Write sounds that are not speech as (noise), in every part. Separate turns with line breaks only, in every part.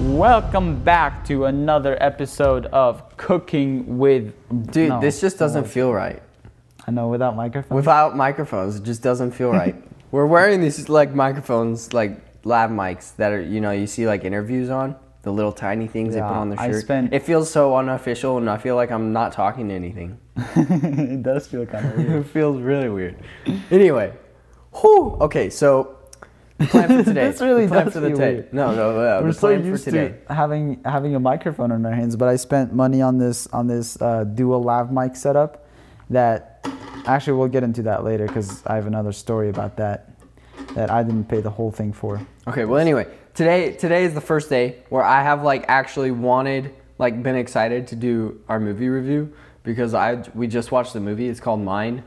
Welcome back to another episode of Cooking with.
Dude,
No.
this just doesn't feel right.
I know without microphone.
(laughs) Without microphones, it just
(laughs)
doesn't feel right. We're wearing these like microphones, like lav mics that are you know you see like interviews on the little tiny things they put
Yeah,
on the
I
shirt.
spent-
It feels so unofficial, and I feel like I'm not talking to anything.
(laughs) it does feel kind of weird.
it feels really weird. (laughs) Anyway, whew, okay, so the plan
(laughs)
for today.
This really
the plan
does
for the
feel
day.
weird.
No, no,
(laughs)
no.
We're
the
so
plan
used
for today.
to having having a microphone in our hands, but I spent money on this on this uh, dual lav mic setup. That actually we'll get into that later because I have another story about that that I didn't pay the whole thing for.
Okay, well anyway, today today is the first day where I have like actually wanted like been excited to do our movie review because I we just watched the movie. It's called Mine.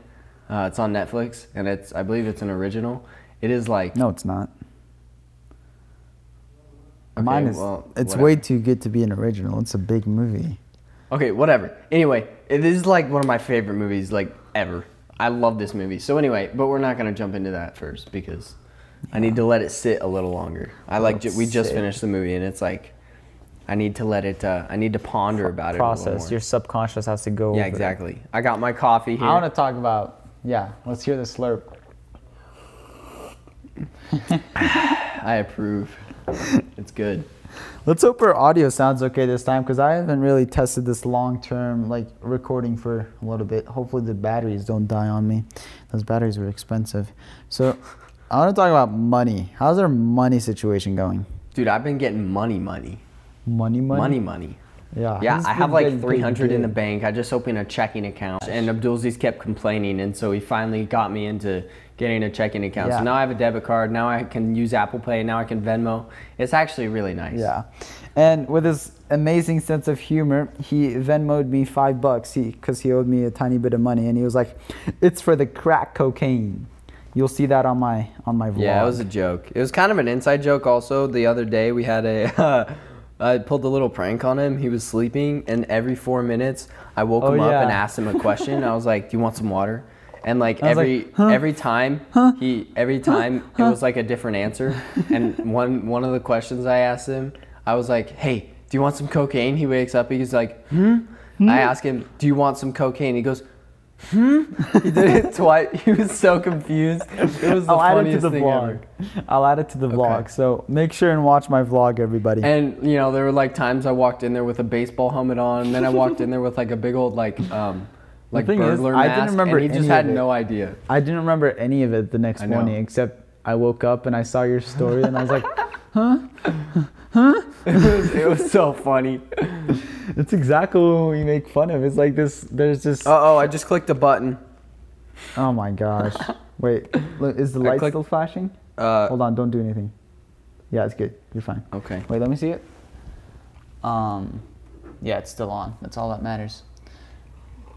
Uh, it's on Netflix and it's I believe it's an original. It is like
No, it's not.
Okay,
Mine is.
well,
it's
whatever.
way too good to be an original. It's a big movie.
Okay, whatever. Anyway, it is like one of my favorite movies like ever. I love this movie. So anyway, but we're not going to jump into that first because I need to let it sit a little longer. I like
Let it
ju- we just
sit.
finished the movie and it's like I need to let it uh, I need to ponder about it a little
Process.
more.
Your subconscious has to go.
Yeah,
over it.
exactly. I got my coffee here.
I want to talk about. Yeah, let's hear the slurp.
I approve. it's good.
Let's hope our audio sounds okay this time because I haven't really tested this long term like recording for a little bit. Hopefully the batteries don't die on me. Those batteries were expensive. So I want to talk about money. How's our money situation going?
Dude, I've been getting money, money,
Money, money,
money, money.
Yeah.
Yeah,
he's
I have
been
like
getting paid
300 in the
good.
bank. I just opened a checking account, and Abdulziz kept complaining, and so he finally got me into getting a checking account.
Yeah.
So now I have a debit card. Now I can use Apple Pay. Now I can Venmo. It's actually really nice.
Yeah. And with his amazing sense of humor, he Venmoed me five bucks because he, 'cause he owed me a tiny bit of money, and he was like, "It's for the crack cocaine." You'll see that on my on my vlog.
Yeah, it was a joke. It was kind of an inside joke. Also, the other day we had a, (laughs) I pulled a little prank on him. He was sleeping, and every four minutes I woke
Oh,
him
yeah.
up and asked him a question. I was like, "Do you want some water?" And like
I was like,
every
"Huh?
every time he every time it was like a different answer. And one one of the questions I asked him, I was like, "Hey, do you want some cocaine?" He wakes up. He's like, "Hmm." I ask him, "Do you want some cocaine?" He goes. (laughs) Hmm? He did it twice. He was so confused.
(laughs)
It was the
I'll add it to
funniest
the
thing
vlog.
ever.
I'll add it to the vlog. So make sure and watch my vlog, everybody.
And you know, there were like times I walked in there with a baseball helmet on, and then I walked in there with like a big old like um like
thing is,
burglar
I didn't
mask,
remember
and he
any
just
of
had
it.
no idea.
I didn't remember any of it the next
I know.
morning, except I woke up and I saw your story, and I was like, (laughs)
(laughs) It was, it was so funny.
"It's exactly what we make fun of." It's like this. There's this.
oh, I just clicked a button.
oh my gosh! Wait,
(laughs)
look, is the light
clicked-
still flashing?
Uh,
Hold on, don't do anything. Yeah, it's good. You're fine.
okay.
Oh. Wait, let me see it. Um, yeah, it's still on. That's all that matters.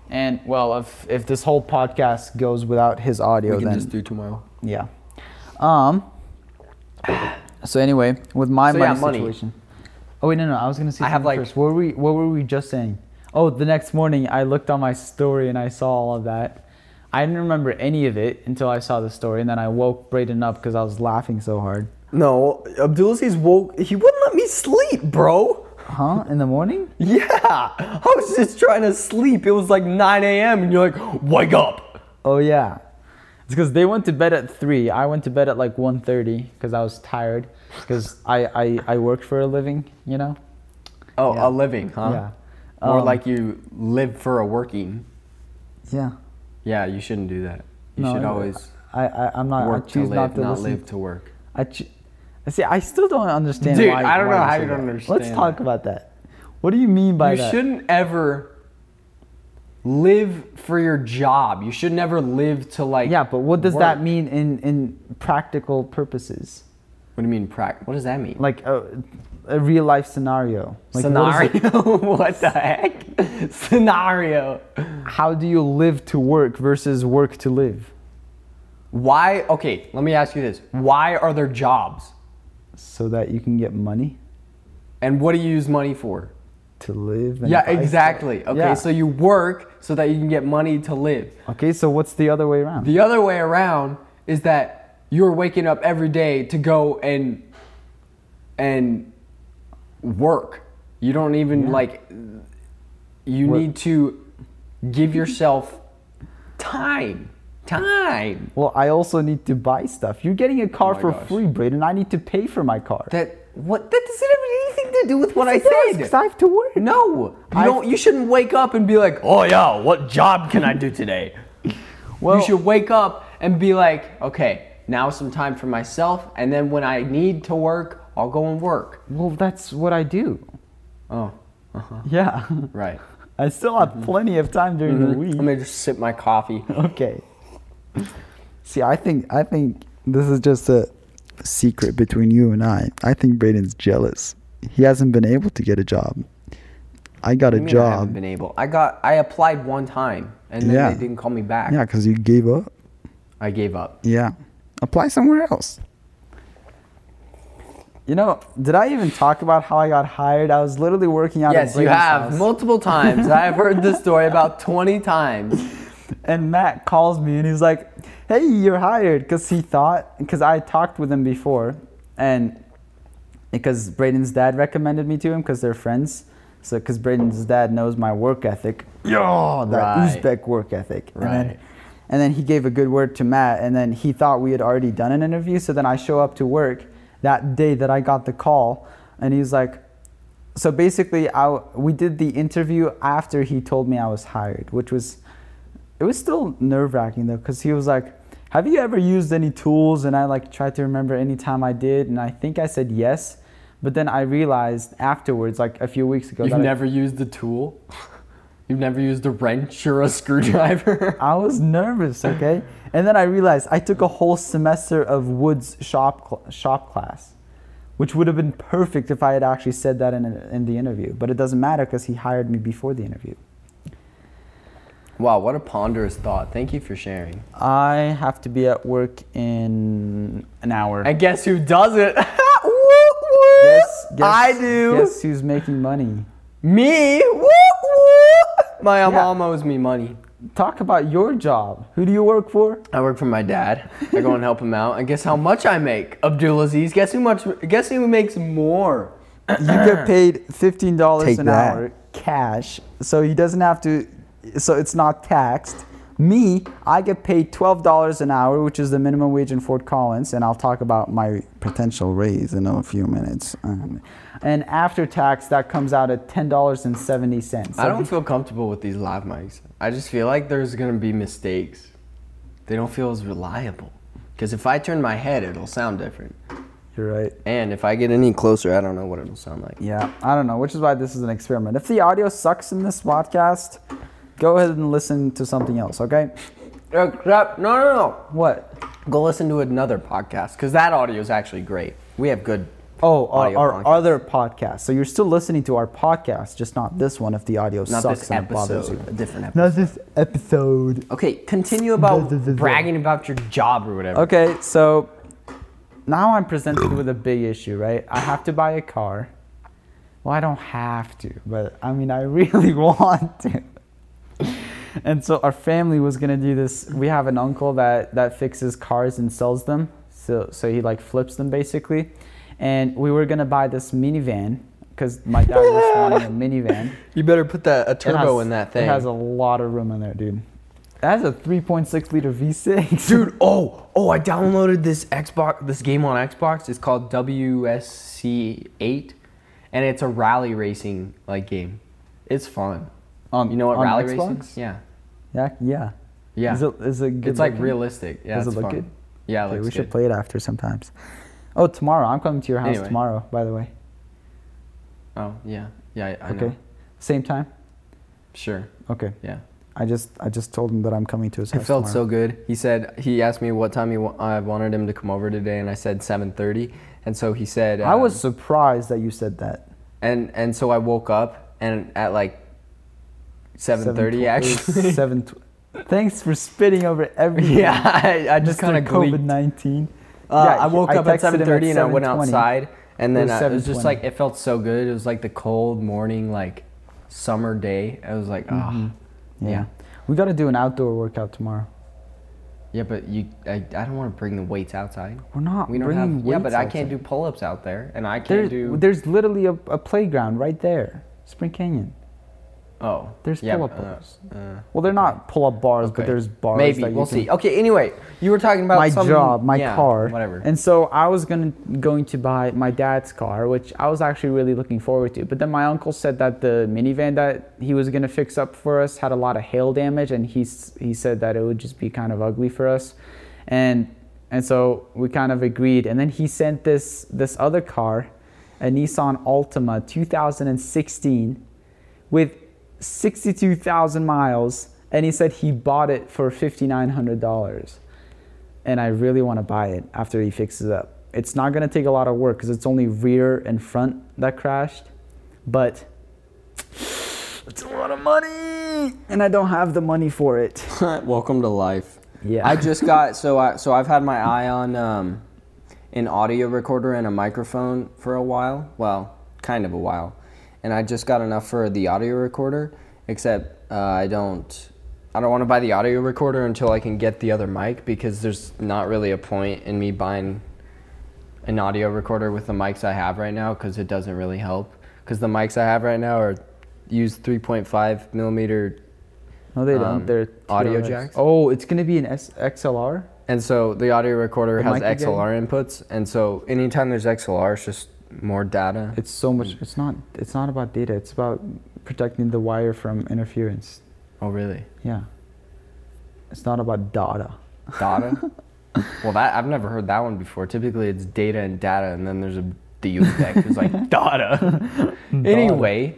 And well, if if this whole podcast goes without his audio,
We can
then
just do tomorrow.
yeah. Um. So anyway, with my
So, yeah,
money
money.
situation. Oh wait, no, no. I was gonna say.
I have,
something
like-
first. What were we? What were we just saying? Oh, the next morning I looked on my story and I saw all of that. I didn't remember any of it until I saw the story, and then I woke Brayden up because I was laughing so hard.
No, Abdulaziz woke. He wouldn't let me sleep, bro.
Huh? In the morning?
Yeah, I was just trying to sleep. It was like 9 a.m. and you're like, wake up.
Oh yeah. It's because they went to bed at three. I went to bed at like 1.30 because I was tired because I, I I worked for a living, you know.
Oh,
Yeah.
a living, huh?
Yeah.
More
Um,
like you live for a working.
Yeah.
Yeah, you shouldn't do that. You
No,
should
I-
always
I, I I'm not. I
work to
choose
live,
not
not,
to listen.
live to work.
I ch- see. I still don't understand.
Dude,
why,
I don't
why
know how
say
you don't
that.
understand
Let's talk about that. What do you mean by
You
that?
shouldn't ever live for your job. You should never live to like.
yeah, but what does that
work.
mean in in practical purposes?
What do you mean, practice? What does that mean?
Like a, a real life scenario. Like what is it-
Scenario? (laughs) what the heck? Scenario.
how do you live to work versus work to live?
Why? Okay, let me ask you this. Why are there jobs?
So that you can get money
And what do you use money for?
to live. And
Yeah,
buy stuff.
exactly. Okay,
Yeah.
so you work so that you can get money to live.
Okay, so what's the other way around?
The other way around is that you're waking up every day to go and and work. You don't even like. You
Work.
need to give yourself time. Time.
Well, I also need to buy stuff. You're getting a car
Oh my
for
gosh.
free, Braden. I need to pay for my car.
That what? That doesn't have anything to do with what I
Because
said.
I have to work.
No, you
I've-
don't. You shouldn't wake up and be like, "Oh yeah, what job can I do today?"
Well-
you should wake up and be like, "Okay, now some time for myself, and then when I need to work, I'll go and work."
Well, that's what I do.
Oh, uh-huh.
Yeah.
right. Mm-hmm.
I still have plenty of time during the week.
I'm gonna just sip my
(laughs)
coffee.
okay. See, I think I think this is just a secret between you and I. I think Braden's jealous. He hasn't been able to get a job. I got a
I mean, I haven't
job.
been able. I got. I applied one time, and then
Yeah.
they didn't call me back.
Yeah, because you gave up.
I gave up.
Yeah. Apply somewhere else. You know, did I even talk about how I got hired? I was literally working out. at
Yes, you
Braden's
have
house, (laughs)
multiple times. I have heard this story about 20 times.
and Matt calls me and he's like, "Hey, you're hired," because he thought because I talked with him before, and because Braden's dad recommended me to him because they're friends. So, because Braden's dad knows my work ethic, yo, that
Right.
Uzbek work ethic, And
Right.
then, and then he gave a good word to Matt, and then he thought we had already done an interview. So then I show up to work that day that I got the call, and he's like, so basically, I w- we did the interview after he told me I was hired, which was it was still nerve wracking though, because he was like, "Have you ever used any tools?" And I like tried to remember any time I did, and I think I said yes, but then I realized afterwards, like a few weeks ago,
You've
that I-
never used a tool? You've never used a wrench or a (laughs) screwdriver? (laughs)
I was nervous, okay? And then I realized I took a whole semester of Woods shop cl- shop class, which would have been perfect if I had actually said that in, in the interview. But it doesn't matter because he hired me before the interview.
wow, what a ponderous thought. Thank you for sharing.
I have to be at work in an hour.
And guess who does it? (laughs) Woo, woo.
Guess- (laughs) guess-
I do.
Guess who's making money?
Me. Woo, woo. My mom
Yeah.
owes me money.
Talk about your job. Who do you work for?
I work for my dad. I go and help him out. And guess how much I make? Abdulaziz. Guess who much? Guess who makes more?
You get paid fifteen dollars
Uh-huh. Take
an
that.
hour cash, so he doesn't have to. So it's not taxed. Me, I get paid twelve dollars an hour, which is the minimum wage in Fort Collins, and I'll talk about my potential raise in a few minutes. Um, and after tax, that comes out at ten dollars and seventy cents.
I don't feel comfortable with these live mics. I just feel like there's gonna be mistakes. They don't feel as reliable. Because if I turn my head, it'll sound different.
You're right.
And if I get any closer, I don't know what it'll sound like.
Yeah, I don't know, which is why this is an experiment. If the audio sucks in this podcast, go ahead and listen to something else, okay?
Except, no, no, no.
What?
Go listen to another podcast because that audio is actually great. We have good.
Oh, our,
Audio
our
podcast.
other podcast. So you're still listening to our podcast, just not this one if the audio
Not
sucks
this
and it bothers you.
episode. A different episode.
Not this episode.
Okay, continue about bragging about your job or whatever.
Okay, so now I'm presented with a big issue, right? I have to buy a car. Well, I don't have to, but I mean, I really (laughs) want to. And so our family was gonna do this. We have an uncle that that fixes cars and sells them. So so he like flips them basically. And we were gonna buy this minivan because my dad
(laughs)
was wanting a minivan.
You better put that a
It
turbo
has-
in that thing.
It has a lot of room in there, dude. It has a 3.6 liter V6. (laughs)
Dude, oh, oh, I downloaded this Xbox, this game on Xbox. It's called WSC8, and it's a rally racing like game. It's fun.
On-
you know what
Um, on
rally racing?
Xbox?
Yeah,
Yeah, yeah.
yeah.
Is it, is it good
it's like
looking?
realistic. Yeah,
Does it
it's
look
fun.
good?
Yeah, it
Okay,
looks
we should
good.
play it after sometimes. Oh, tomorrow. I'm coming to your house
Anyway.
tomorrow, by the way.
Oh yeah, yeah. I, I
Okay.
know.
Same time?
Sure.
Okay.
Yeah.
I just I just told him that I'm coming to his
It
house.
felt so
tomorrow.
good. He said he asked me what time he wa- I wanted him to come over today, and I said 7:30. And so he said
I was
um,
surprised that you said that.
and and so I woke up and at like 7:30 actually. (laughs)
Seven. tw- Thanks for spitting over everything.
Yeah, I, I just
Mr.
kind of
COVID
gleeked.
nineteen.
Uh, I woke up at
texted him
7:30 and I went
7:20.
outside, and
It
then
was
I, it was just
7:20.
like it felt so good. It was like the cold morning, like summer day. I was like, ah,
Yeah.
yeah.
We got to do an outdoor workout tomorrow.
yeah, Yeah, but you, I, I don't want to bring the weights outside.
We're not
We don't
bringing
have. Yeah,
weights
but I can't do
outside.
pull-ups out there, and I
There,
can't do.
There's literally a, a playground right there, Spring Canyon.
oh,
there's
yeah,
pull-up
but, uh,
bars.
uh,
Well, they're not pull-up bars, but
okay.
there's bars.
Maybe
that you
we'll
can-
see. Okay. Anyway, you were talking about
my
some-
job, my
yeah,
car,
whatever.
And so I was gonna going to buy my dad's car, which I was actually really looking forward to. But then my uncle said that the minivan that he was gonna fix up for us had a lot of hail damage, and he s- he said that it would just be kind of ugly for us, and and so we kind of agreed. And then he sent this this other car, a Nissan Altima 2016, with 62,000 miles, and he said he bought it for $5,900 and I really want to buy it after he fixes it up. It's not going to take a lot of work because it's only rear and front that crashed, but it's a lot of money, and I don't have the money for it.
(laughs) Welcome to life.
Yeah.
I just got so I so I've had my eye on um, an audio recorder and a microphone for a while. Well, kind of a while, and I just got enough for the audio recorder. Except uh, I don't I don't want to buy the audio recorder until I can get the other mic because there's not really a point in me buying an audio recorder with the mics I have right now because it doesn't really help. Because the mics I have right now are use 3.5 millimeter
No, they
Um,
don't. They're
audio
TRX.
jacks?
Oh, it's going to be an S- XLR.
And so the audio recorder
The
has
mic again?
XLR inputs, and so anytime there's XLR, it's just more data.
It's so much. It's not. It's not about data. It's about protecting the wire from interference.
oh, really?
Yeah. It's not about data. (laughs)
Data? well, that I've never heard that one before. Typically, it's data and data, and then there's a D deck.
(laughs)
It's like data. anyway,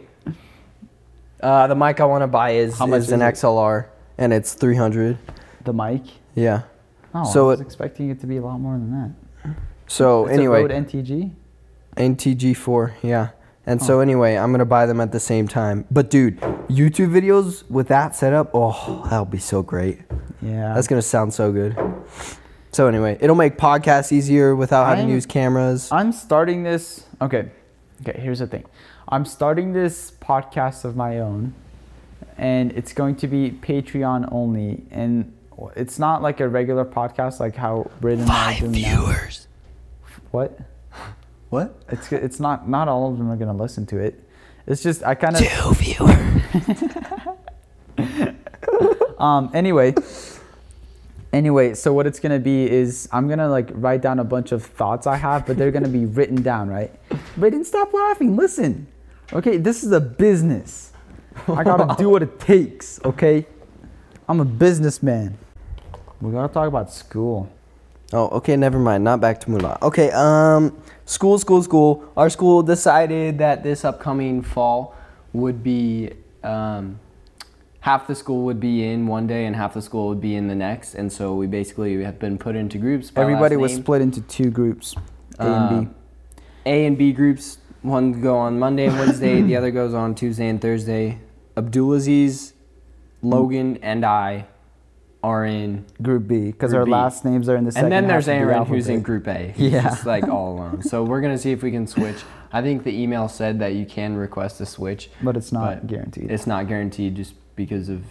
uh, the mic I want to buy is,
How much
is an
is it?
XLR, and it's 300.
The mic.
Yeah.
Oh,
So
I was
it-
expecting it to be a lot more than that.
So
It's a
Oh, anyway,
Rode NTG.
NTG4, yeah. And so anyway, I'm gonna buy them at the same time. But dude, YouTube videos with that setup, oh, that'll be so great.
Yeah.
That's gonna sound so good. So anyway, it'll make podcasts easier without having to
I'm-
use cameras.
I'm starting this. Okay. Okay, here's the thing. I'm starting this podcast of my own, and it's going to be Patreon only. And it's not like a regular podcast like how Britt and I are doing now. What?
What?
It's, it's not, not all of them are going to listen to it. It's just, I kind of.
Two viewers.
um, anyway anyway so what it's gonna be is i'm gonna like write down a bunch of thoughts i have but they're gonna be written down right but then stop laughing listen okay this is a business i gotta do what it takes okay i'm a businessman we gotta talk about school
Oh, okay, never mind. Not back to Mulan. Okay, um, school, school, school. Our school decided that this upcoming fall would be um, half the school would be in one day and half the school would be in the next, and so we basically have been put into groups. By
everybody
last
was
name.
split into two groups a and b
Uh, A and B groups. One go on Monday and Wednesday. the other goes on Tuesday and Thursday. Abdulaziz, Logan, and I are in.
Uh, group b because
Group
our
B.
last names are in the second
and then
half
there's
of the
Aaron, who's in
alphabet.
Group A. He's
Yeah.
just like
(laughs)
all alone. So we're gonna see if we can switch. I think the email said that you can request a switch,
but it's not
but
guaranteed
It's not guaranteed just because of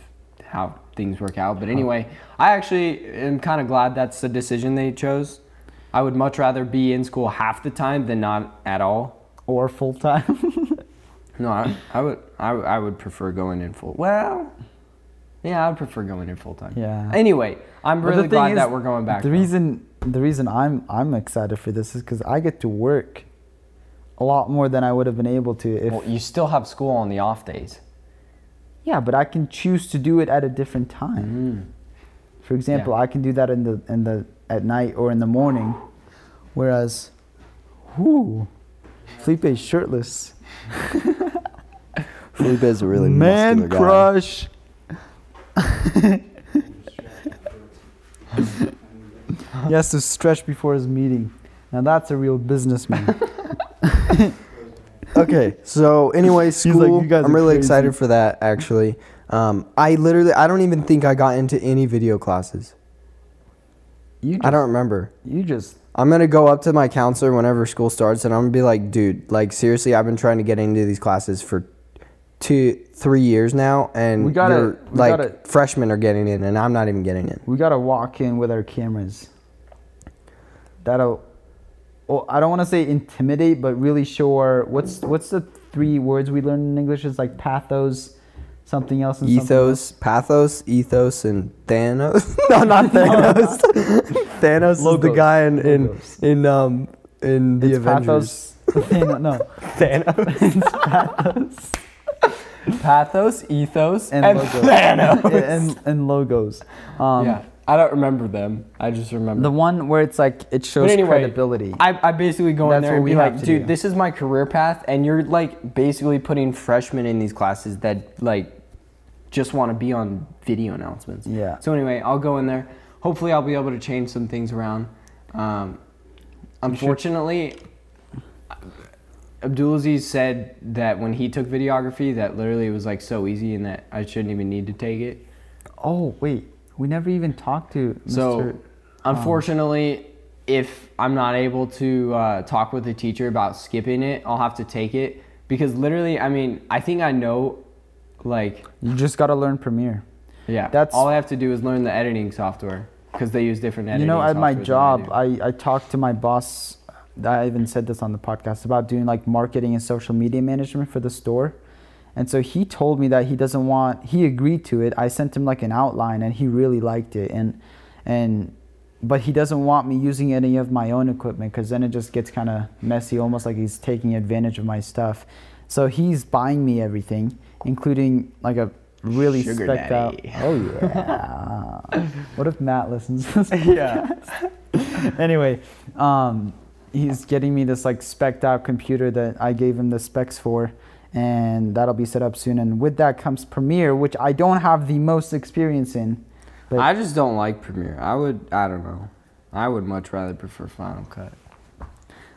how things work out. But anyway, I actually am kind of glad that's the decision they chose. I would much rather be in school half the time than not at all.
or full-time
No, I, I would I, would- I would prefer going in full. Well, yeah, I would prefer going in full time.
Yeah.
Anyway, I'm
But the
really
thing
glad
is,
that we're going back.
The
though.
reason the reason I'm I'm excited for this is because I get to work a lot more than I would have been able to if
well, you still have school on the off days.
yeah, but I can choose to do it at a different
Mm.
time. For example, I can do that in the in the at night or in the morning, whereas, whoo, Felipe is shirtless.
Felipe's a really
Man crush. (laughs) he has to stretch before his meeting. Now that's a real businessman.
okay,
(laughs)
so anyway,
like,
school.
"You guys
I'm
are
really
crazy."
excited for that actually. Um, I literally I don't even think I got into any video classes.
You just,
I don't remember.
You just
I'm gonna go up to my counselor whenever school starts and I'm gonna be like, dude, like seriously, I've been trying to get into these classes for
two, three years now, and
We gotta-
you're,
we
like
gotta-
freshmen are getting in, and I'm not even getting in.
We gotta walk in with our cameras. That'll. Well, I don't want to say intimidate, but really show our what's what's the three words we learned in English? It's like pathos, something else, and something
Ethos,
else.
pathos, ethos, and
(laughs)
Thanos. no, not Thanos. Thanos is the
Logos.
guy in in,
Logos.
in um in the
It's
Avengers.
Pathos. (laughs) Thanos- no,
(laughs)
Pathos, ethos,
and,
(laughs) and,
logos.
(laughs)
Thanos.
Yeah, and and logos. Um,
yeah, I don't remember them. I just remember.
The one where it's like it shows
anyway,
credibility.
I, I basically go in
That's
there
what
and
we
be
have
like,
to
dude,
do."
this is my career path, and you're like basically putting freshmen in these classes that like just want to be on video announcements.
Yeah.
So anyway, I'll go in there. Hopefully, I'll be able to change some things around. Um, unfortunately, Abdulaziz said that when he took videography, that literally it was like so easy, and that I shouldn't even need to take it.
oh wait, we never even talked to Mr.
So,
Um,
unfortunately, if I'm not able to uh, talk with the teacher about skipping it, I'll have to take it because literally, I mean, I think I know, like,
you just gotta learn Premiere.
yeah,
That's-
that's all I have to do is learn the editing software because they use different editing.
you know, at my
software than I
job,
do.
I, I talked to my boss. I even said this on the podcast about doing like marketing and social media management for the store. And so he told me that he doesn't want. He agreed to it. I sent him like an outline, and he really liked it. And and but he doesn't want me using any of my own equipment because then it just gets kind of messy, almost like he's taking advantage of my stuff. So he's buying me everything, including like a really
Sugar
specked out.
daddy.
Oh
(laughs)
yeah. what if Matt listens to this?
yeah,
(laughs) anyway, um, he's getting me this like spec'd out computer that I gave him the specs for, and that'll be set up soon. And with that comes Premiere, which I don't have the most experience in. But
I just don't like Premiere. I would, I don't know, I would much rather prefer Final Cut.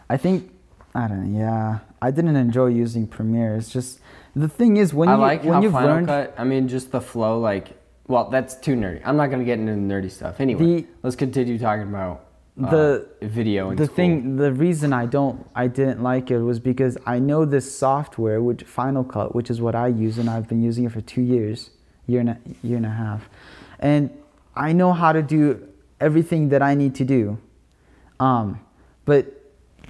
I think I don't. know, Yeah, I didn't enjoy using Premiere. It's just the thing is when
I
you
like
when
how
you've
Final
learned
Cut. I mean, just the flow. Like, well, that's too nerdy. I'm not gonna get into the nerdy stuff. Anyway,
The-
let's continue talking about uh,
The-
video and
the thing the reason i don't i didn't like it was because i know this software which final cut which is what i use and i've been using it for two years year and a, year and a half and i know how to do everything that i need to do um, but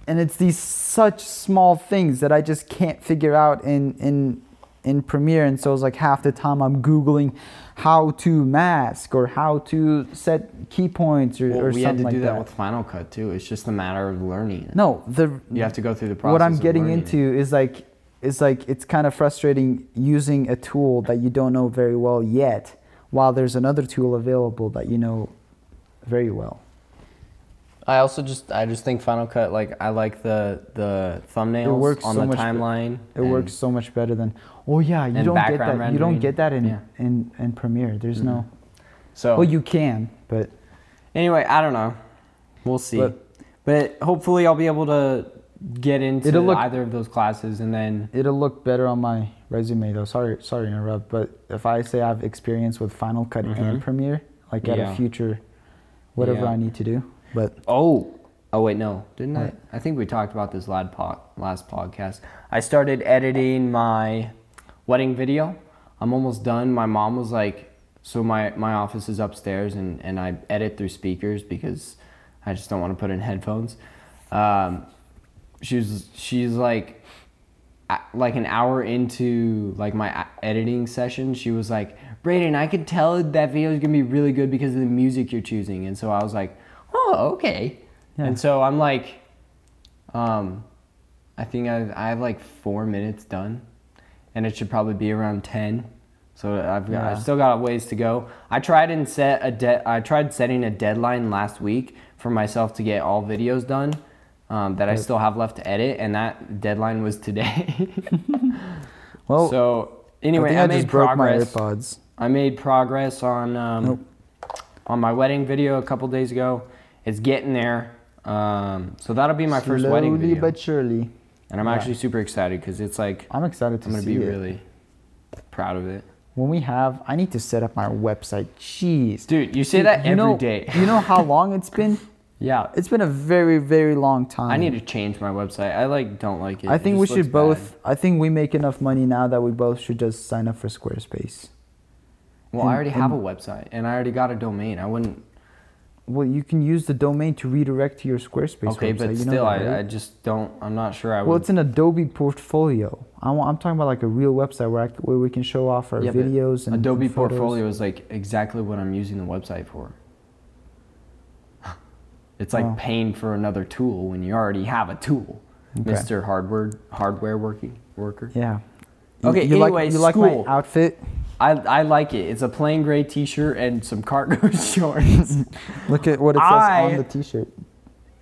and it's these such small things that i just can't figure out in in in premiere and so it's like half the time i'm googling how to mask or how to set key points or,
Well,
or
we
something
had to
like
do that, with Final Cut too. It's just a matter of learning. it.
no, the
You have to go through the
What I'm
process of
getting
learning
into is like is like it's kind of frustrating using a tool that you don't know very well yet, while there's another tool available that you know very well.
I also just I just think Final Cut like I like the the thumbnails
works
on
so
the
much be-
timeline.
It
and-
works so much better than oh yeah, you
and
don't get that.
background
You don't
rendering,
get that in
yeah. Mm-hmm. Oh.
in, in Premiere. There's no.
So
Well, you can, but
anyway, I don't know. We'll see.
But-
But, hopefully I'll be able to get into
It'll look-
either of those classes and then
it'll look better on my resume though. Sorry, sorry to interrupt, but if I say I've experience with Final Cut and Premiere, like at a
Mm-hmm. Yeah.
future, whatever
Yeah.
I need to do, but.
Oh, oh wait, no, didn't I? I think we talked about this lad po- last podcast. I started editing my wedding video. I'm almost done. My mom was like, so my my office is upstairs, and and I edit through speakers because I just don't want to put in headphones. Um, she was she's like I- like an hour into like my a- editing session, she was like, "Brayden, I could tell that video is gonna be really good because of the music you're choosing." And so I was like, "Oh, okay."
Yeah.
And so I'm like, um, I think I I have like four minutes done, and it should probably be around ten. So I've got,
Yeah.
I've still got ways to go. I tried and set a de- I tried setting a deadline last week for myself to get all videos done. Um, that I still have left to edit, and that deadline was today. (laughs)
Well,
so
I
anyway, I,
think I,
made
just broke my
progress.
AirPods.
I made progress on um, on my wedding video a couple days ago. It's getting there. Um, so that'll be my first wedding
Slowly
video,
but surely.
and I'm actually super excited because it's like
I'm excited to
I'm gonna
see
be
it.
really proud of it,
When we have, I need to set up my website. Jeez,
dude. You say that
you
every
know,
(laughs)
day.
you know how long it's been? Yeah, it's been a very, very long time.
I need to change my website. I like don't like it.
I
It
think we
just
should
looks
both.
bad.
I think we make enough money now that we both should just sign up for Squarespace.
Well, I already have a website and I already got a domain. I wouldn't.
Well, you can use the domain to redirect to your Squarespace
Okay,
website.
but
you know
still,
that,
I,
right?
I just don't. I'm not sure. I
well,
would.
it's an Adobe portfolio. I want, I'm talking about like a real website where I c where we can show off our
Yeah, but
videos and
Adobe
and photos.
Portfolio is like exactly what I'm using the website for. (laughs) It's like
Oh.
paying for another tool when you already have a tool,
Okay.
Mister Hardware Hardware Working Worker.
Yeah.
Okay,
You, you like
anyway,
you like my
school.
outfit?
I I like it. It's a plain gray T-shirt and some cargo (laughs) shorts.
Look at what it says
I-
on the T-shirt.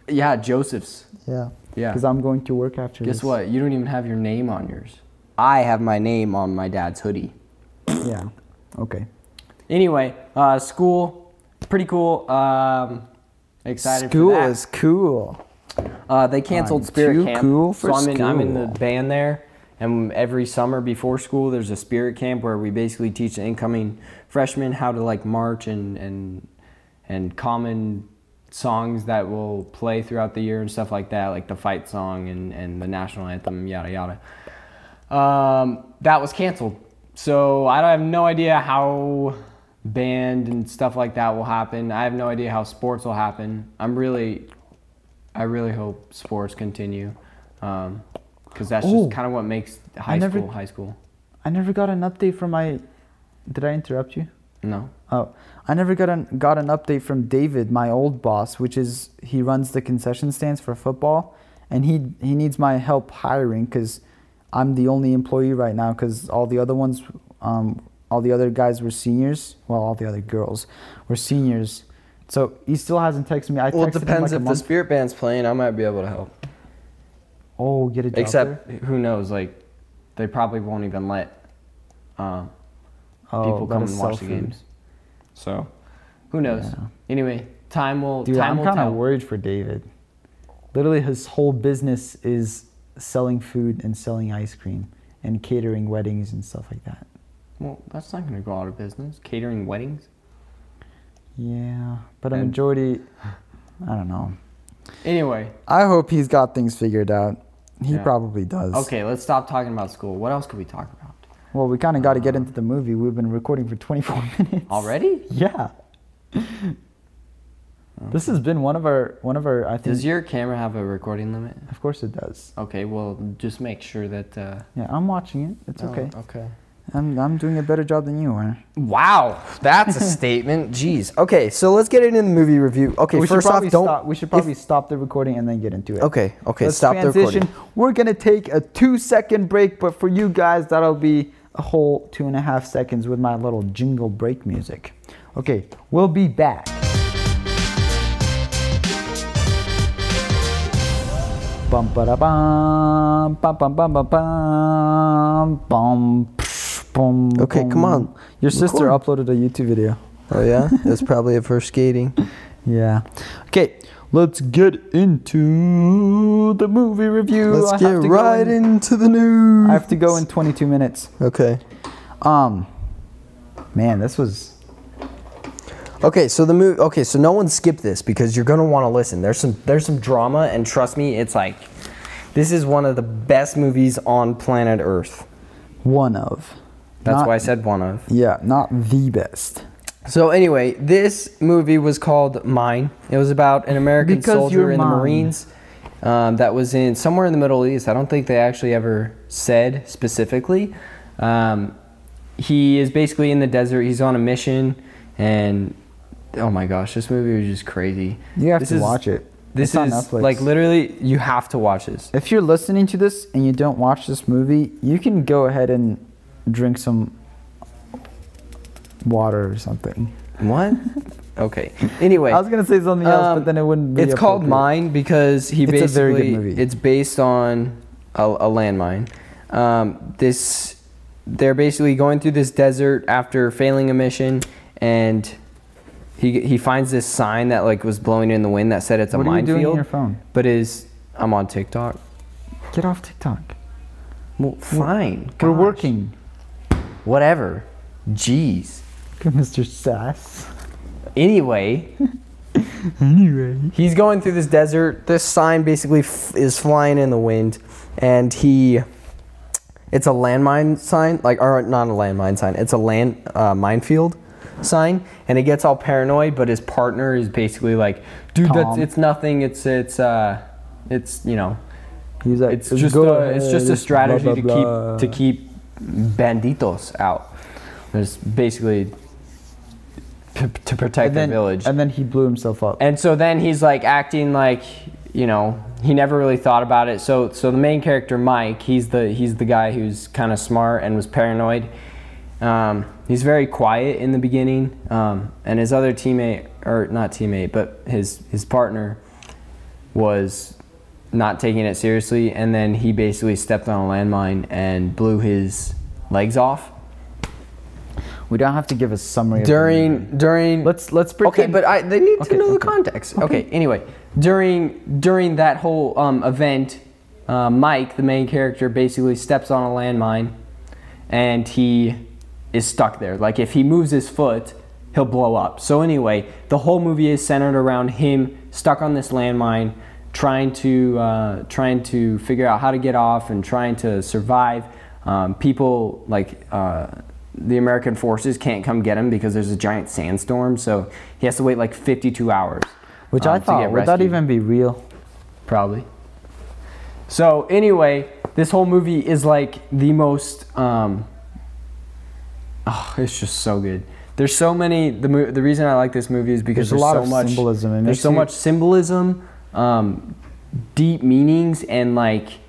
yeah, Joseph's.
Yeah.
Yeah.
Because I'm going to work after
Guess
this.
what? You don't even have your name on yours. I have my name on my dad's hoodie.
Yeah. Okay.
Anyway, uh, school, pretty cool. Um, excited
School
for that.
is cool.
Uh, they canceled
I'm
Spirit
too
Camp,
cool for
so I'm in, I'm in the
school.
band there. And every summer before school, there's a Spirit Camp where we basically teach the incoming freshmen how to like march and and and common songs that will play throughout the year and stuff like that, like the fight song and and the national anthem, yada yada. Um, that was canceled, so I don't- I have no idea how band and stuff like that will happen. I have no idea how sports will happen. I'm really I really hope sports continue, because that's
Oh.
just kind of what makes high
I never-
school high school.
I never got an update from my. Did I interrupt you?
No,
Oh, I never got an got an update from David, my old boss, which is he runs the concession stands for football, and he he needs my help hiring because I'm the only employee right now because all the other ones, um, all the other guys were seniors. Well, all the other girls were seniors, so he still hasn't texted me. I
Well, it
texted him
depends
like a
if the
month-
spirit band's playing. I might be able to help.
oh, get a job
Except-
there?
who knows? Like, they probably won't even let uh,
Oh,
people
let
come
us
and
sell
watch the
food.
games. So, who knows?
Yeah.
Anyway, time will
Dude,
time
I'm
will
kind
tell.
of worried for David. Literally, his whole business is selling food and selling ice cream and catering weddings and stuff like that.
Well, that's not going to go out of business. Catering weddings.
Yeah, but a
And-
majority, I don't know.
Anyway,
I hope he's got things figured out. He
Yeah.
probably does.
okay, let's stop talking about school. What else could we talk about?
Well, we kind of got to get into the movie. We've been recording for 24 (laughs) minutes
Uh, Already?
Yeah. This has been one of our one of our. I think.
Does your camera have a recording limit?
of course it does.
Okay, well, just make sure that. Uh,
Yeah, I'm watching it.
Oh,
It's okay.
Okay.
I'm I'm doing a better job than you are.
Wow, that's a (laughs) statement. Jeez. Okay, so let's get into the movie review. Okay,
we
first
should
off,
probably
don't.
Stop, we should probably stop the recording and then get into it.
Okay, okay,
Let's
stop the recording.
We're gonna take a two-second break, but for you guys, that'll be a whole two and a half seconds with my little jingle break music. Okay, we'll be back. Bum ba bum bum bum bum bum bum bum. psh, bum
Okay, come
bum.
on,
Your sister uploaded a YouTube video.
Oh yeah, that's probably of
(laughs)
her skating.
Yeah. Okay, let's get into the movie review. I
Let's
have
get
to go
right into the news.
I have to go in 22 minutes.
Okay.
Um, man, this was
Okay, so the movie. Okay, so no one skip this because you're gonna want to listen. There's some there's some drama, and trust me, it's like this is one of the best movies on planet Earth.
one of.
That's
Not-
why I said one of.
Yeah, not the best.
So anyway, this movie was called Mine. It was about an American
Because
soldier
you're
in the
mine.
Marines um, that was in somewhere in the Middle East. I don't think they actually ever said specifically. Um, he is basically in the desert. He's on a mission, and oh my gosh, this movie was just crazy.
You have
This
to
is-
watch it.
This
It's on
is
Netflix.
like literally, you have to watch this.
If you're listening to this and you don't watch this movie, you can go ahead and drink some water or something.
What? okay. Anyway,
I was gonna say something else,
Um,
but then it wouldn't be.
It's called
appropriate.
Mine because he
It's a very good
basically
movie.
it's based on a, a landmine. Um, this they're basically going through this desert after failing a mission, and he he finds this sign that like was blowing in the wind that said it's a
What are you doing on
minefield.
your phone?
But is I'm on TikTok.
Get off TikTok.
Well, fine.
We're
gosh.
working.
Whatever. Jeez.
Good, Mr. Sass.
Anyway,
(laughs) anyway.
He's going through this desert. This sign basically f- is flying in the wind, and he. It's a landmine sign, like or not a landmine sign. It's a land uh, minefield sign, and he gets all paranoid. But his partner is basically like, "Dude, that's
Tom.
it's nothing. It's it's uh, it's you know,
He's like,
it's just
go
a, it's
ahead,
just a
blah,
strategy
blah, blah.
to keep to keep banditos out. There's basically p- to protect
and then,
the village.
And then he blew himself up.
And so then he's like acting like, you know, he never really thought about it. So so the main character Mike, he's the he's the guy who's kind of smart and was paranoid. Um, he's very quiet in the beginning, um, and his other teammate or not teammate, but his his partner was not taking it seriously. And then he basically stepped on a landmine and blew his legs off
we don't have to give a summary. of the movie.
during during
let's let's pretend.
Okay, but I, they need
Okay,
to know the
okay.
context. Okay. Anyway, during during that whole um, event, uh, Mike, the main character, basically steps on a landmine, and he is stuck there. Like if he moves his foot, he'll blow up. So anyway, the whole movie is centered around him stuck on this landmine, trying to uh, trying to figure out how to get off and trying to survive. Um, people like. Uh, the American forces can't come get him because there's a giant sandstorm, so he has to wait like 52 hours.
which
um,
I
to
thought
get
would that
rescued.
even be real?
probably. So anyway, this whole movie is like the most. Um, oh, it's just so good. There's so many. The mo- the reason I like this movie is because
There's a lot
there's, so
of
much
symbolism. It makes
There's so
you-
much symbolism, um, deep meanings, and like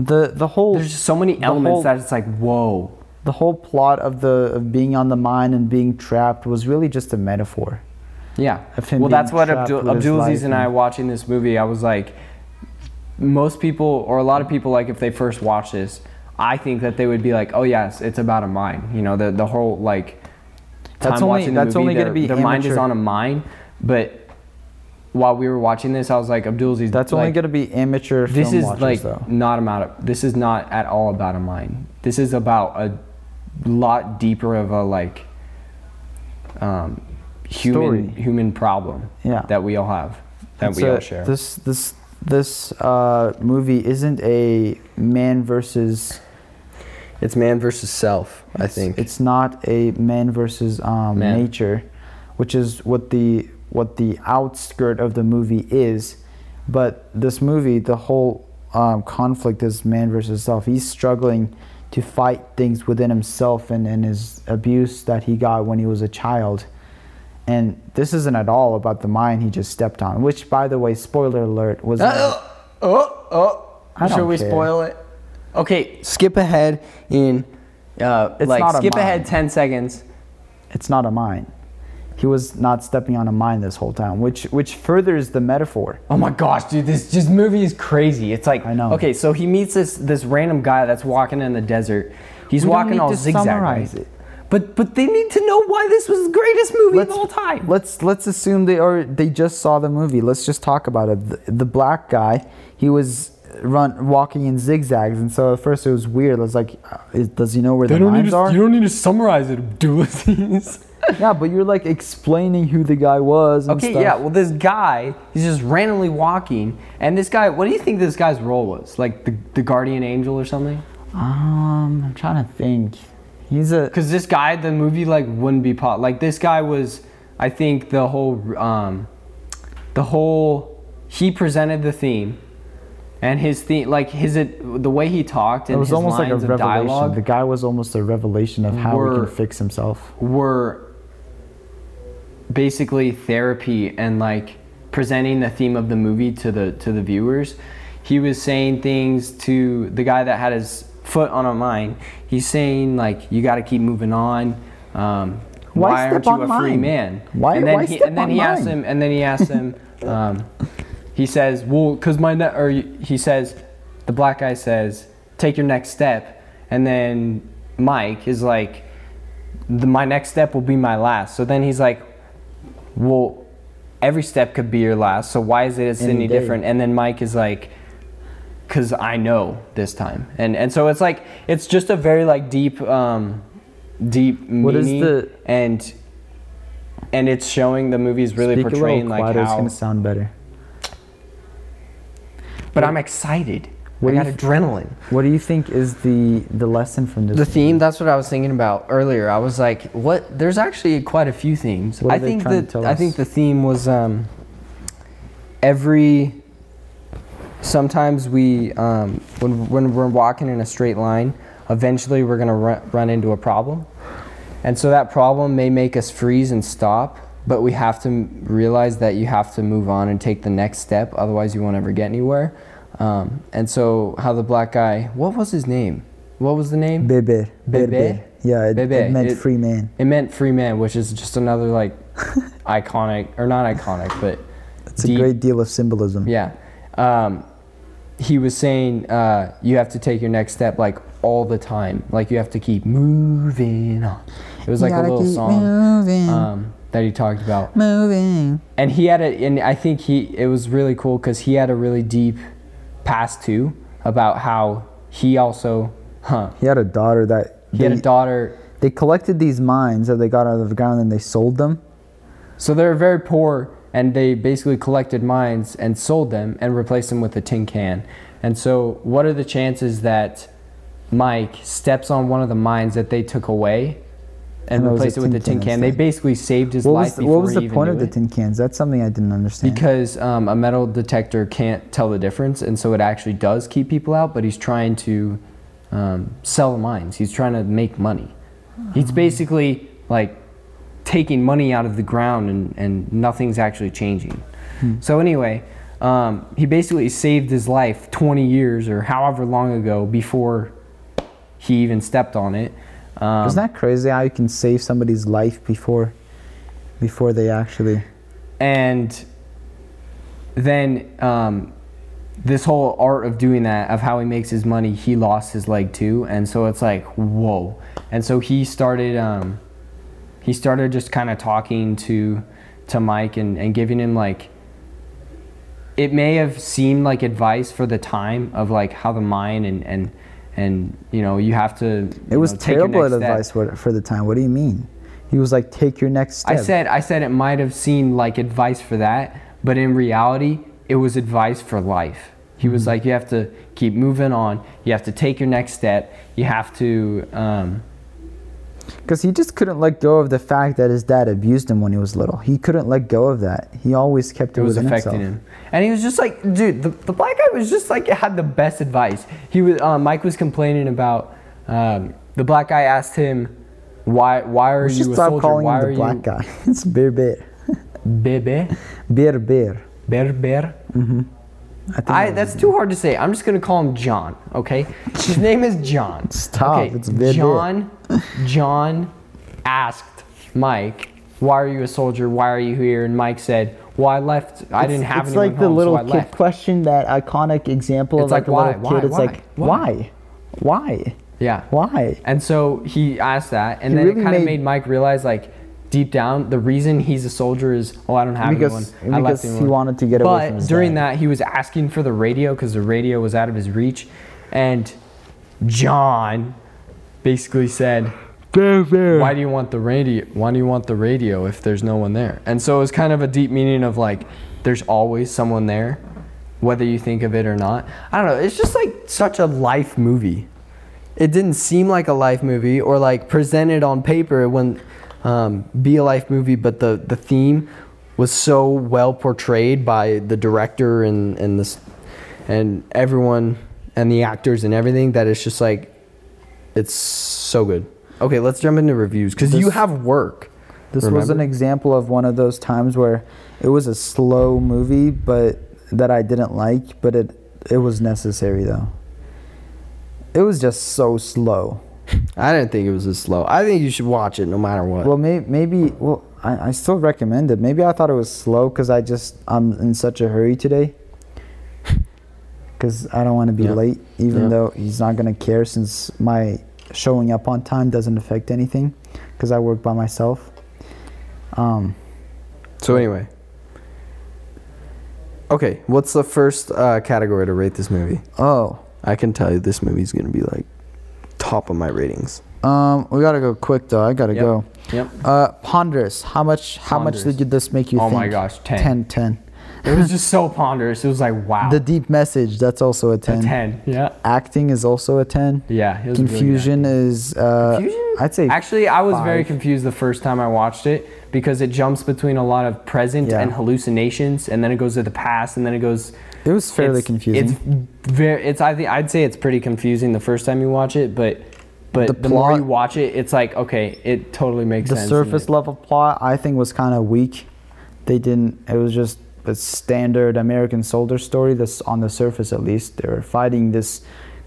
The the whole
there's just so many
the
elements
whole-
that it's like whoa.
the whole plot of the of being on the mine and being trapped was really just a metaphor.
Yeah.
of him
well,
being
that's what
trapped
Abdul,
with his
Abdulaziz
life
and I
and-
watching this movie. I was like, most people or a lot of people like if they first watch this, I think that they would be like, oh yes, it's about a mine. You know, the the whole like time
That's only-
watching the
that's
movie,
only gonna
their,
be
their mind is
amateur.
on a mine. But while we were watching this, I was like, Abdulaziz,
That's only
like,
going to be amateur
this
film
is
watchers
like
though.
not about this is not at all about a mine this is about a lot deeper of a like um, human
Story.
human problem
Yeah.
that we all have that
It's
we all
a-
share
This this this uh, movie isn't a man versus.
it's man versus self i
it's- it's not a man versus um,
Man.
nature, which is what the what the outskirt of the movie is. But this movie, the whole um, conflict is man versus self. He's struggling to fight things within himself and, and his abuse that he got when he was a child. And this isn't at all about the mine he just stepped on, which, by the way, spoiler alert, was.
oh oh
I don't
should we
care.
spoil it okay skip ahead in uh,
It's
like
not a
skip ahead
mine.
10 seconds
it's not a mine. He was not stepping on a mine this whole time, which which furthers the metaphor.
Oh my gosh, dude, this just movie is crazy. It's like
I know.
Okay, so he meets this this random guy that's walking in the desert. He's
We don't
walking
need
all
to
zigzag.
summarize
right?
it.
But but they need to know why this was the greatest movie of all time.
Let's let's assume they or they just saw the movie. Let's just talk about it. The, the black guy, he was run walking in zigzags, and so at first it was weird. It was like, uh, is, does he know where the mines are?
don't need to summarize it, (laughs) Abdulaziz.
yeah, but you're like explaining who the guy was. And
okay,
stuff.
yeah, well this guy, he's just randomly walking, and this guy what do you think this guy's role was? Like the, the guardian angel or something?
Um, I'm trying to think. He's a
Cause this guy, the movie like wouldn't be pop. Like this guy was, I think the whole, um, the whole, he presented the theme, and his theme, like his the way he talked and
it was
his
almost like
lines
a
of
revelation.
dialogue
The guy was almost a revelation of how he
Were-
can fix himself.
were basically therapy and like presenting the theme of the movie to the to the viewers. He was saying things to the guy that had his foot on a mine. He's saying like you got to keep moving on. Um,
Why
why,
step
aren't you
on
a free
mine?
man?
Why-
And then
why
he,
step
and then
on
he asked
mine?
him. And then he
(laughs)
asked him. Um, he says, "Well, because my ne-, or he says, the black guy says, take your next step." And then Mike is like, the, my next step will be my last. So then he's like, well, every step could be your last. So why is it it's
Any
any
day.
different? And then Mike is like, because I know this time. And and so it's like it's just a very like deep, um, deep meaning.
What is the-
and and it's showing the movie's really
Speak a little
portraying like
quieter, It's
how.
gonna sound better.
But I'm excited.
What
I
do you
got adrenaline.
What do you think is the the lesson from this?
The
movie?
theme, that's what I was thinking about earlier. I was like, what there's actually quite a few themes.
What are
I
they
think
trying to
that
tell
I
us?
think the theme was um every sometimes we um when when we're walking in a straight line, eventually we're going to run, run into a problem. And so that problem may make us freeze and stop, but we have to m- realize that you have to move on and take the next step, otherwise, you won't ever get anywhere. Um, and so, how the black guy, what was his name? What was the name?
Bebe.
Bebe?
Berber. Yeah, it,
Bebe,
it meant
it-
free man.
It meant free man, which is just another like
(laughs)
iconic, or not iconic, but
It's a
deep-
great deal of symbolism.
yeah. Um, he was saying uh, you have to take your next step like all the time. Like you have to keep moving on. It was like a
Gotta
little
keep
song
Moving,
um, that he talked about.
moving.
and he had a and i think he it was really cool because he had a really deep past too about how he also huh
He had a daughter that
he had a
they-
daughter
They collected these mines that they got out of the ground and they sold them.
so they were very poor and they basically collected mines and sold them and replaced them with a tin can and so what are the chances that mike steps on one of the mines that they took away and,
And it was a
replaced it with a
tin
tin
can
can, they
instead.
basically saved his
What
life
was the,
before
what was
he
the
even
point
knew
of the
it.
tin cans? That's something I didn't understand.
because um, a metal detector can't tell the difference, and so it actually does keep people out. But he's trying to um, sell the mines. He's trying to make money. He's basically like taking money out of the ground, and, and nothing's actually changing. So anyway, um, he basically saved his life 20 years or however long ago before he even stepped on it. Um,
Isn't that crazy how you can save somebody's life before before they actually
and then um, this whole art of doing that of how he makes his money he lost his leg too and so it's like whoa and so he started um, he started just kind of talking to to mike and, and giving him like it may have seemed like advice for the time of like how the mind and and and you know you have to
It was terrible advice for, for the time. What do you mean? He was like, take your next step.
I said I said it might have seemed like advice for that, but in reality, it was advice for life. He was
Mm-hmm.
like, you have to keep moving on. You have to take your next step. You have to. Um,
Because he just couldn't let go of the fact that his dad abused him when he was little. He couldn't let go of that. He always kept it,
it was
within
affecting
himself.
him, and he was just like, dude, the, the black guy was just like had the best advice. He was uh, Mike was complaining about um, the black guy asked him, why why are
We
you
should
a
stop
soldier?
calling
why
him
are
the black
you
guy. (laughs) it's Berber.
bebe
Berber.
berber?
Mm-hmm. I think
I, that's too hard to say. I'm just gonna call him John. Okay, his name is John.
Stop,
Okay,
it's very
John. John asked Mike, "Why are you a soldier? Why are you here?" And Mike said, "Well, I left. I didn't have
It's
anyone
like the
home,
little
so I
kid
left."
question, that iconic example
It's
of like,
like,
the
why,
little
why,
kid. it's
why,
like, why?
why?
Why?
Yeah.
Why?
And so he asked that, and
He
then
really
it kind of
made-
made, Mike realize, like, deep down, the reason he's a soldier is, "Oh, I don't have
Because-
anyone. I
because
left
he
anyone."
wanted to get away
But
from his
during
dad.
that, he was asking for the radio because the radio was out of his reach, and John basically said, why do you want the radio why do you want the radio if there's no one there and so it was kind of a deep meaning of like there's always someone there whether you think of it or not i don't know it's just like such a life movie it didn't seem like a life movie or like presented on paper when um, be a life movie but the the theme was so well portrayed by the director and and this and everyone and the actors and everything that it's just like it's so good. Okay, let's jump into reviews because you
This-
have work.
This was an
Remember?
example of one of those times where it was a slow movie, but that I didn't like, but it it was necessary though. It was just so slow.
I didn't think it was this slow. I think you should watch it no matter what.
Well, may, maybe well, I, I still recommend it. Maybe I thought it was slow because I just I'm in such a hurry today. (laughs) Because I don't want to be
Yeah.
late, even
Yeah.
though he's not gonna care since my showing up on time doesn't affect anything, because I work by myself. Um,
so anyway, okay, what's the first uh, category to rate this movie?
oh,
I can tell you this movie's gonna be like top of my ratings.
Um, we gotta go quick though. I gotta
Yep.
go.
Yep.
Uh, ponderous. How much? How much
Ponderous.
did you, this make you
Oh
think?
my gosh, 10.
10, 10.
It was just so ponderous. It was like wow.
The deep message. That's also a ten.
A ten. Yeah.
Acting is also a ten.
Yeah. It was really good.
Confusion is. Uh,
Confusion?
I'd say.
Actually, I was very
Five.
confused the first time I watched it because it jumps between a lot of present
Yeah.
and hallucinations, and then it goes to the past, and then it goes.
it was fairly
it's-
confusing.
It's very. It's. I think I'd say it's pretty confusing the first time you watch it, but. But
The
the, more
plot-
you watch it, it's like okay, it totally makes
the
sense. and
surface
it-
level plot I think was kind of weak. They didn't. It was just a standard American soldier story. That's on the surface at least. They were fighting this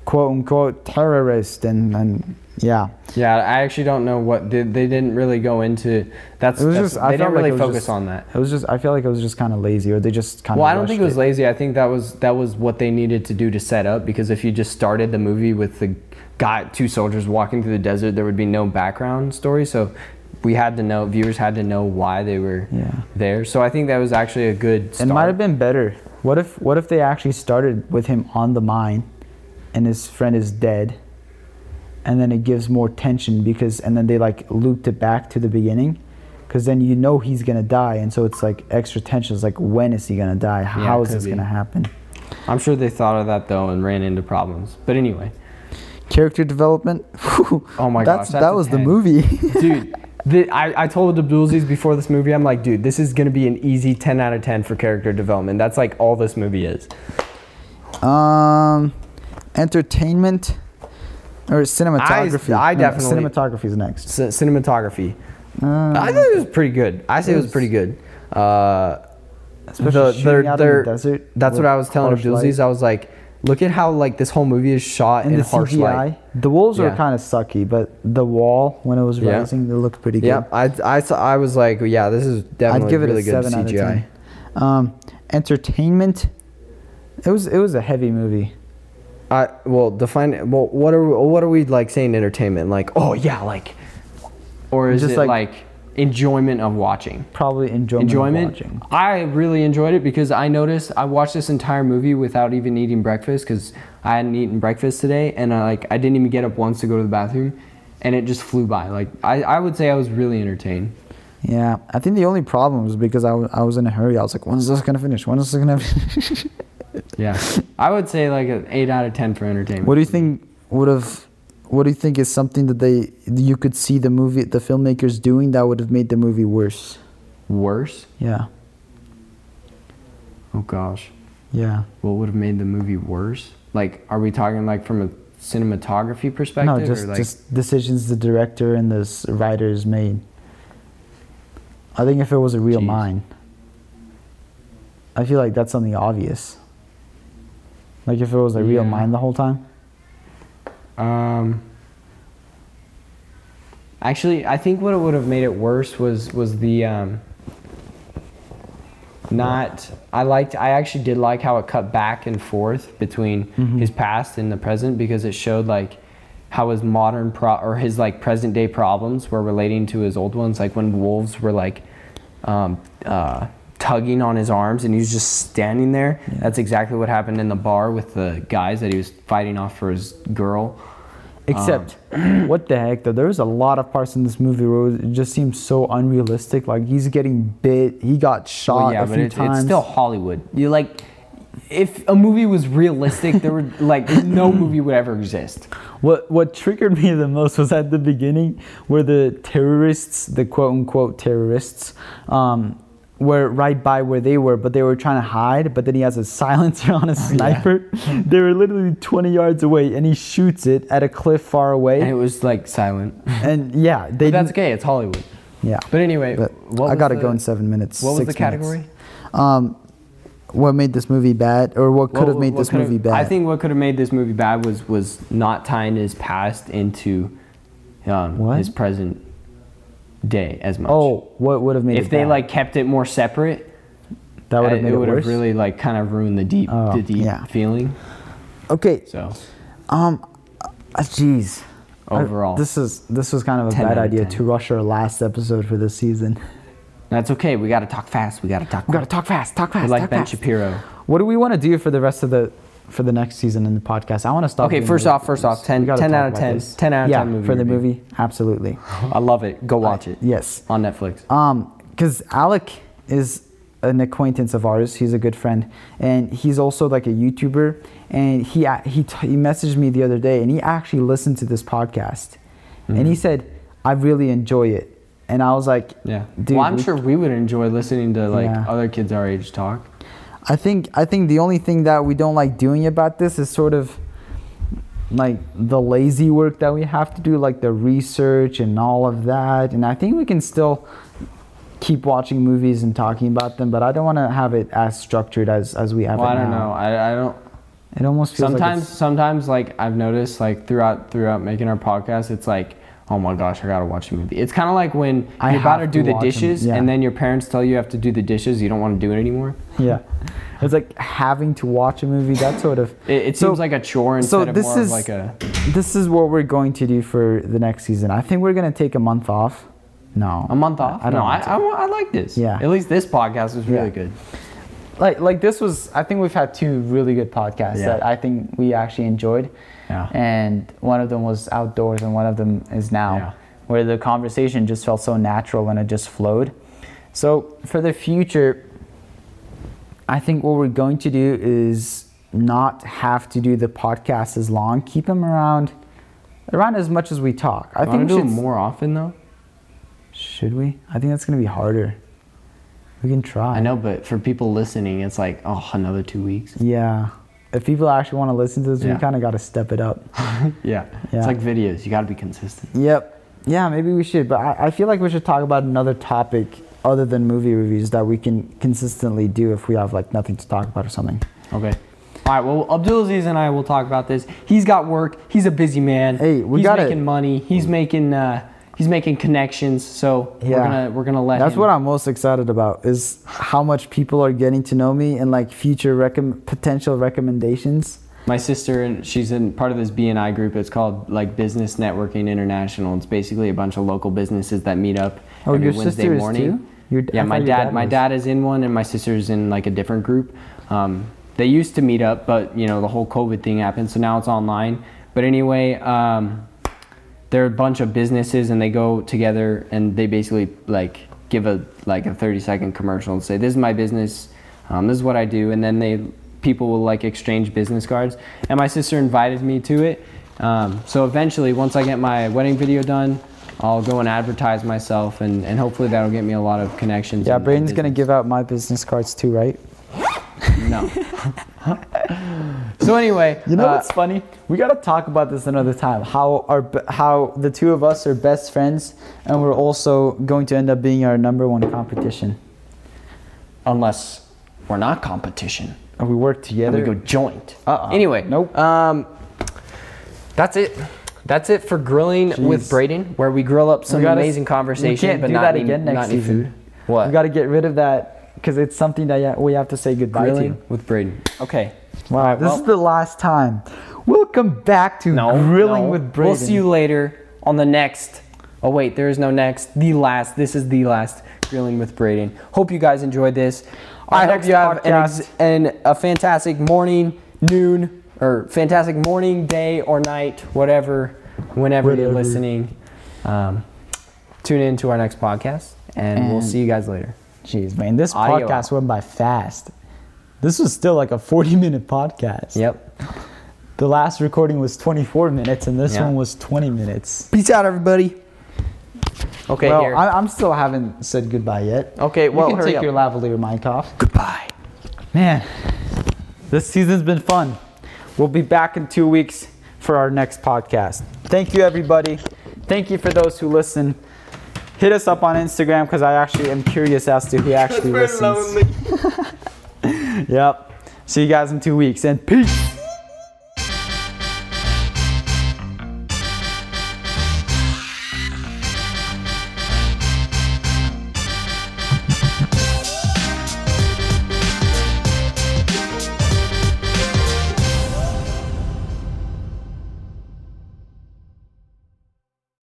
quote unquote terrorist and and yeah.
Yeah, I actually don't know what they, they didn't really go into. That's,
It was
that's-
just.
they
I
didn't
felt like
really
it was
focus
just-
on that.
It was just. I feel like it was just kind of lazy, or they just kind of.
Well, I don't think it was lazy. I think that was that was what they needed to do to set up because if you just started the movie with the guy two soldiers walking through the desert, there would be no background story. So we had to know viewers had to know why they were
Yeah.
there. So I think that was actually a good
It
start.
might have been better. What if what if they actually started with him on the mine and his friend is dead and then it gives more tension because and then they like looped it back to the beginning cuz then you know he's going to die and so it's like extra tension it's like when is he going to die
Yeah,
How is
could
this
be.
going to happen
I'm sure they thought of that though and ran into problems. But anyway,
Character development (laughs)
Oh my
that's,
gosh, that's
that
a
was the
10.
movie
(laughs) dude. The, I, I told Abdulziz before this movie, I'm like, dude, this is gonna be an easy 10 out of 10 for character development. That's like all this movie is.
(laughs) um entertainment or cinematography
I
No,
definitely-
cinematography is next
C- cinematography.
Um,
I think it was pretty good. I say it was
was-
pretty good. Uh,
Especially shooting out in the desert
That's what
with
I was telling
harsh light.
Abdulaziz. I was like, look at how like this whole movie is shot
and
in
the
harsh
CGI.
light.
The wolves were
Yeah.
kind of sucky, but the wall when it was
Yeah.
rising, they looked pretty good.
Yeah, I, I, saw- I was like, yeah, this is definitely
I'd give it
really
a
good
seven
CGI.
out of ten. Um, entertainment. It was it was a heavy movie.
I well define well what are what are we like saying entertainment like oh yeah like or is
Just
it
like-
like, enjoyment of watching
Probably enjoyment. of
enjoyment
watching.
I really enjoyed it because I noticed I watched this entire movie without even eating breakfast because I hadn't eaten breakfast today and I like I didn't even get up once to go to the bathroom and it just flew by like I, I would say I was really entertained
Yeah, I think the only problem was because I, w- I was in a hurry. I was like, when is this gonna finish? When is this gonna (laughs) finish? (laughs)
yeah I would say like an eight out of ten for entertainment
what do you think would have? What do you think is something that they you could see the movie the filmmakers doing that would have made the movie worse?
worse
Yeah,
oh gosh
yeah.
what would have made the movie worse? Like, are we talking like from a cinematography perspective?
No, just
or like,
just decisions the director and the s- writers made. I think if it was a real
Jeez.
mine, I feel like that's something obvious. Like if it was a real
Yeah.
mine the whole time.
um. Actually, I think what would have made it worse was was the um. Not, I liked. I actually did like how it cut back and forth between his past and the present because it showed like how his modern pro or his like present day problems were relating to his old ones. Like when wolves were like um, uh, tugging on his arms and he was just standing there. That's exactly what happened in the bar with the guys that he was fighting off for his girl. Um.
Except, (clears throat) what the heck though? There's a lot of parts in this movie where it just seems so unrealistic. Like he's getting bit, he got shot
Well, yeah,
a
but
few
it's,
times.
it's still Hollywood. You like, if a movie was realistic, there would like no movie would ever exist.
What what triggered me the most was at the beginning where the terrorists, the quote unquote terrorists, um, were right by where they were, but they were trying to hide. But then he has a silencer
(laughs)
on a sniper. they were literally 20 yards away, and he shoots it at a cliff far away.
And it
And,
was like silent.
(laughs) yeah, they.
But that's
didn't-
okay. It's Hollywood.
Yeah.
But anyway,
But
what
I
was
gotta
the-
go in seven minutes.
What was
six
the category?
minutes. Um, what made this movie bad, or what could
What-
have made
what
this
could have-
movie bad?
I think what could have made this movie bad was was not tying his past into um,
What?
his present day as much.
Oh, what would have made
if
it
they
bad?
like kept it more separate,
that would have
it,
made it,
would
worse.
have really like kind of ruined the deep
Oh,
the deep
yeah.
feeling.
okay.
So
Um, uh, jeez. I-
Overall.
this is this was kind of a
10
bad
out of
idea
10.
to rush our last episode for this season.
that's okay. We got to talk fast. We got to talk.
We gotta
quick.
talk fast, talk
We're
fast,
like
talk
Ben
fast.
Shapiro.
What do we want to do for the rest of the for the next season in the podcast. I want to stop.
Okay,
doing
first
movie
off, first
reviews.
off, 10
We gotta
10
talk
out of
about
10,
this.
10 out of
yeah,
10 movie
for the
review.
movie. Absolutely.
I love it. Go watch it
Yes.
on Netflix.
Um, because Alec is an acquaintance of ours. He's a good friend, and he's also like a YouTuber. And he a- he t- he messaged me the other day, and he actually listened to this podcast, and
Mm-hmm.
he said, "I really enjoy it." And I was like,
Yeah.
dude,
well, I'm
we-
sure we would enjoy listening to like
Yeah.
other kids our age talk.
I think I think the only thing that we don't like doing about this is sort of like the lazy work that we have to do, like the research and all of that. And I think we can still keep watching movies and talking about them, but I don't want to have it as structured as as we have
Well,
it
I don't
now.
know. I, I don't.
It almost feels
sometimes
like
sometimes like I've noticed like throughout throughout making our podcast, it's like. Oh my gosh! I gotta watch a movie. It's kind of like when
I
you're about to
have
do
to
the
watch 'em,
dishes,
yeah.
and then your parents tell you you have to do the dishes. You don't want to do it anymore.
it's, yeah, it's like having to watch a movie. That sort of
It, it
So-
seems like a chore instead
so
of
this
more
is-
of like a.
this is what we're going to do for the next season. I think we're gonna take a month off. No,
A month off?
I don't
no, I,
want
I, wa- I like this.
Yeah.
At least this podcast was really
Yeah.
good.
like like this was i think we've had two really good podcasts
Yeah.
that i think we actually enjoyed
Yeah.
and one of them was outdoors and one of them is now
Yeah.
where the conversation just felt so natural and it just flowed so for the future i think what we're going to do is not have to do the podcast as long keep them around around as much as we talk i
I
think
think
we
do it
should
more often though.
should we i think that's going to be harder we can try
I know, but for people listening, it's like, oh, another two weeks.
Yeah. If people actually want to listen to this,
Yeah.
we kind of got to step it up. (laughs)
yeah.
Yeah.
It's like videos. You got to be consistent.
yep. Yeah, maybe we should. But I, I feel like we should talk about another topic other than movie reviews that we can consistently do if we have like nothing to talk about or something.
Okay. All right. Well, Abdulaziz and I will talk about this. He's got work. He's a busy man.
Hey, we
he's
gotta-
making money. He's making uh, he's making connections. So we're
Yeah.
gonna we're gonna let
That's
him-
what I'm most excited about is how much people are getting to know me and like future recom- potential recommendations.
My sister and she's in part of this BNI group. It's called like Business Networking International. It's basically a bunch of local businesses that meet up
Oh,
every
your
Wednesday
sister is
morning.
too? Your d- I
yeah, my
thought
dad,
your dad
my
was.
dad is in one, and my sister's in like a different group. Um, they used to meet up, but you know the whole COVID thing happened, so now it's online. But anyway, um, they're a bunch of businesses, and they go together, and they basically like give a like a thirty second commercial and say, "This is my business. Um, this is what I do," and then they people will like exchange business cards. And my sister invited me to it. Um, so eventually, once I get my wedding video done, I'll go and advertise myself, and, and hopefully that'll get me a lot of connections.
Yeah,
and- and
Brayden's going to
business.
give out my business cards too, right?
No. (laughs) so anyway,
You know
uh,
what's funny? We gotta talk about this another time. How our b- how the two of us are best friends, and we're also going to end up being our number one competition.
unless we're not competition,
And we work
and
together.
we go joint.
Uh-uh.
Anyway,
Nope.
Um, that's it. That's it for grilling with
Jeez.
Braden, where we grill up some
We gotta-
amazing conversation,
we can't
but
do
not
that
any-
again
not
next
any
season.
food. What?
We gotta get rid of that because it's something that yeah, we have to say goodbye
grilling with Braden. Okay.
to. Wow, this
well-
is the last time. Welcome back to grilling with Brayden.
We'll see you later on the next. Oh wait, there is no next. The last. This is the last grilling with Braden. Hope you guys enjoyed this.
Our
I hope
next
you have an, ex-
podcast.
an a fantastic morning, noon, or fantastic morning, day, or night, whatever, whenever you're
Whatever.
listening. Um, tune in to our next podcast, and we'll
And-
see you guys later.
Jeez, man, this
Audio
podcast went by fast. This was still like a 40 minute podcast.
Yep.
The last recording was 24 minutes, and this
Yeah.
one was 20 minutes.
Peace out, everybody. Okay.
well,
here.
I, I'm still haven't said goodbye yet.
okay.
You
Well,
can
hurry
take
up.
your lavalier mic off.
goodbye.
Man, this season's been fun. We'll be back in two weeks for our next podcast. Thank you, everybody. Thank you for those who listen. Hit us up on Instagram because I actually am curious as to (laughs) who actually listens. Yep. See you guys in two weeks and peace.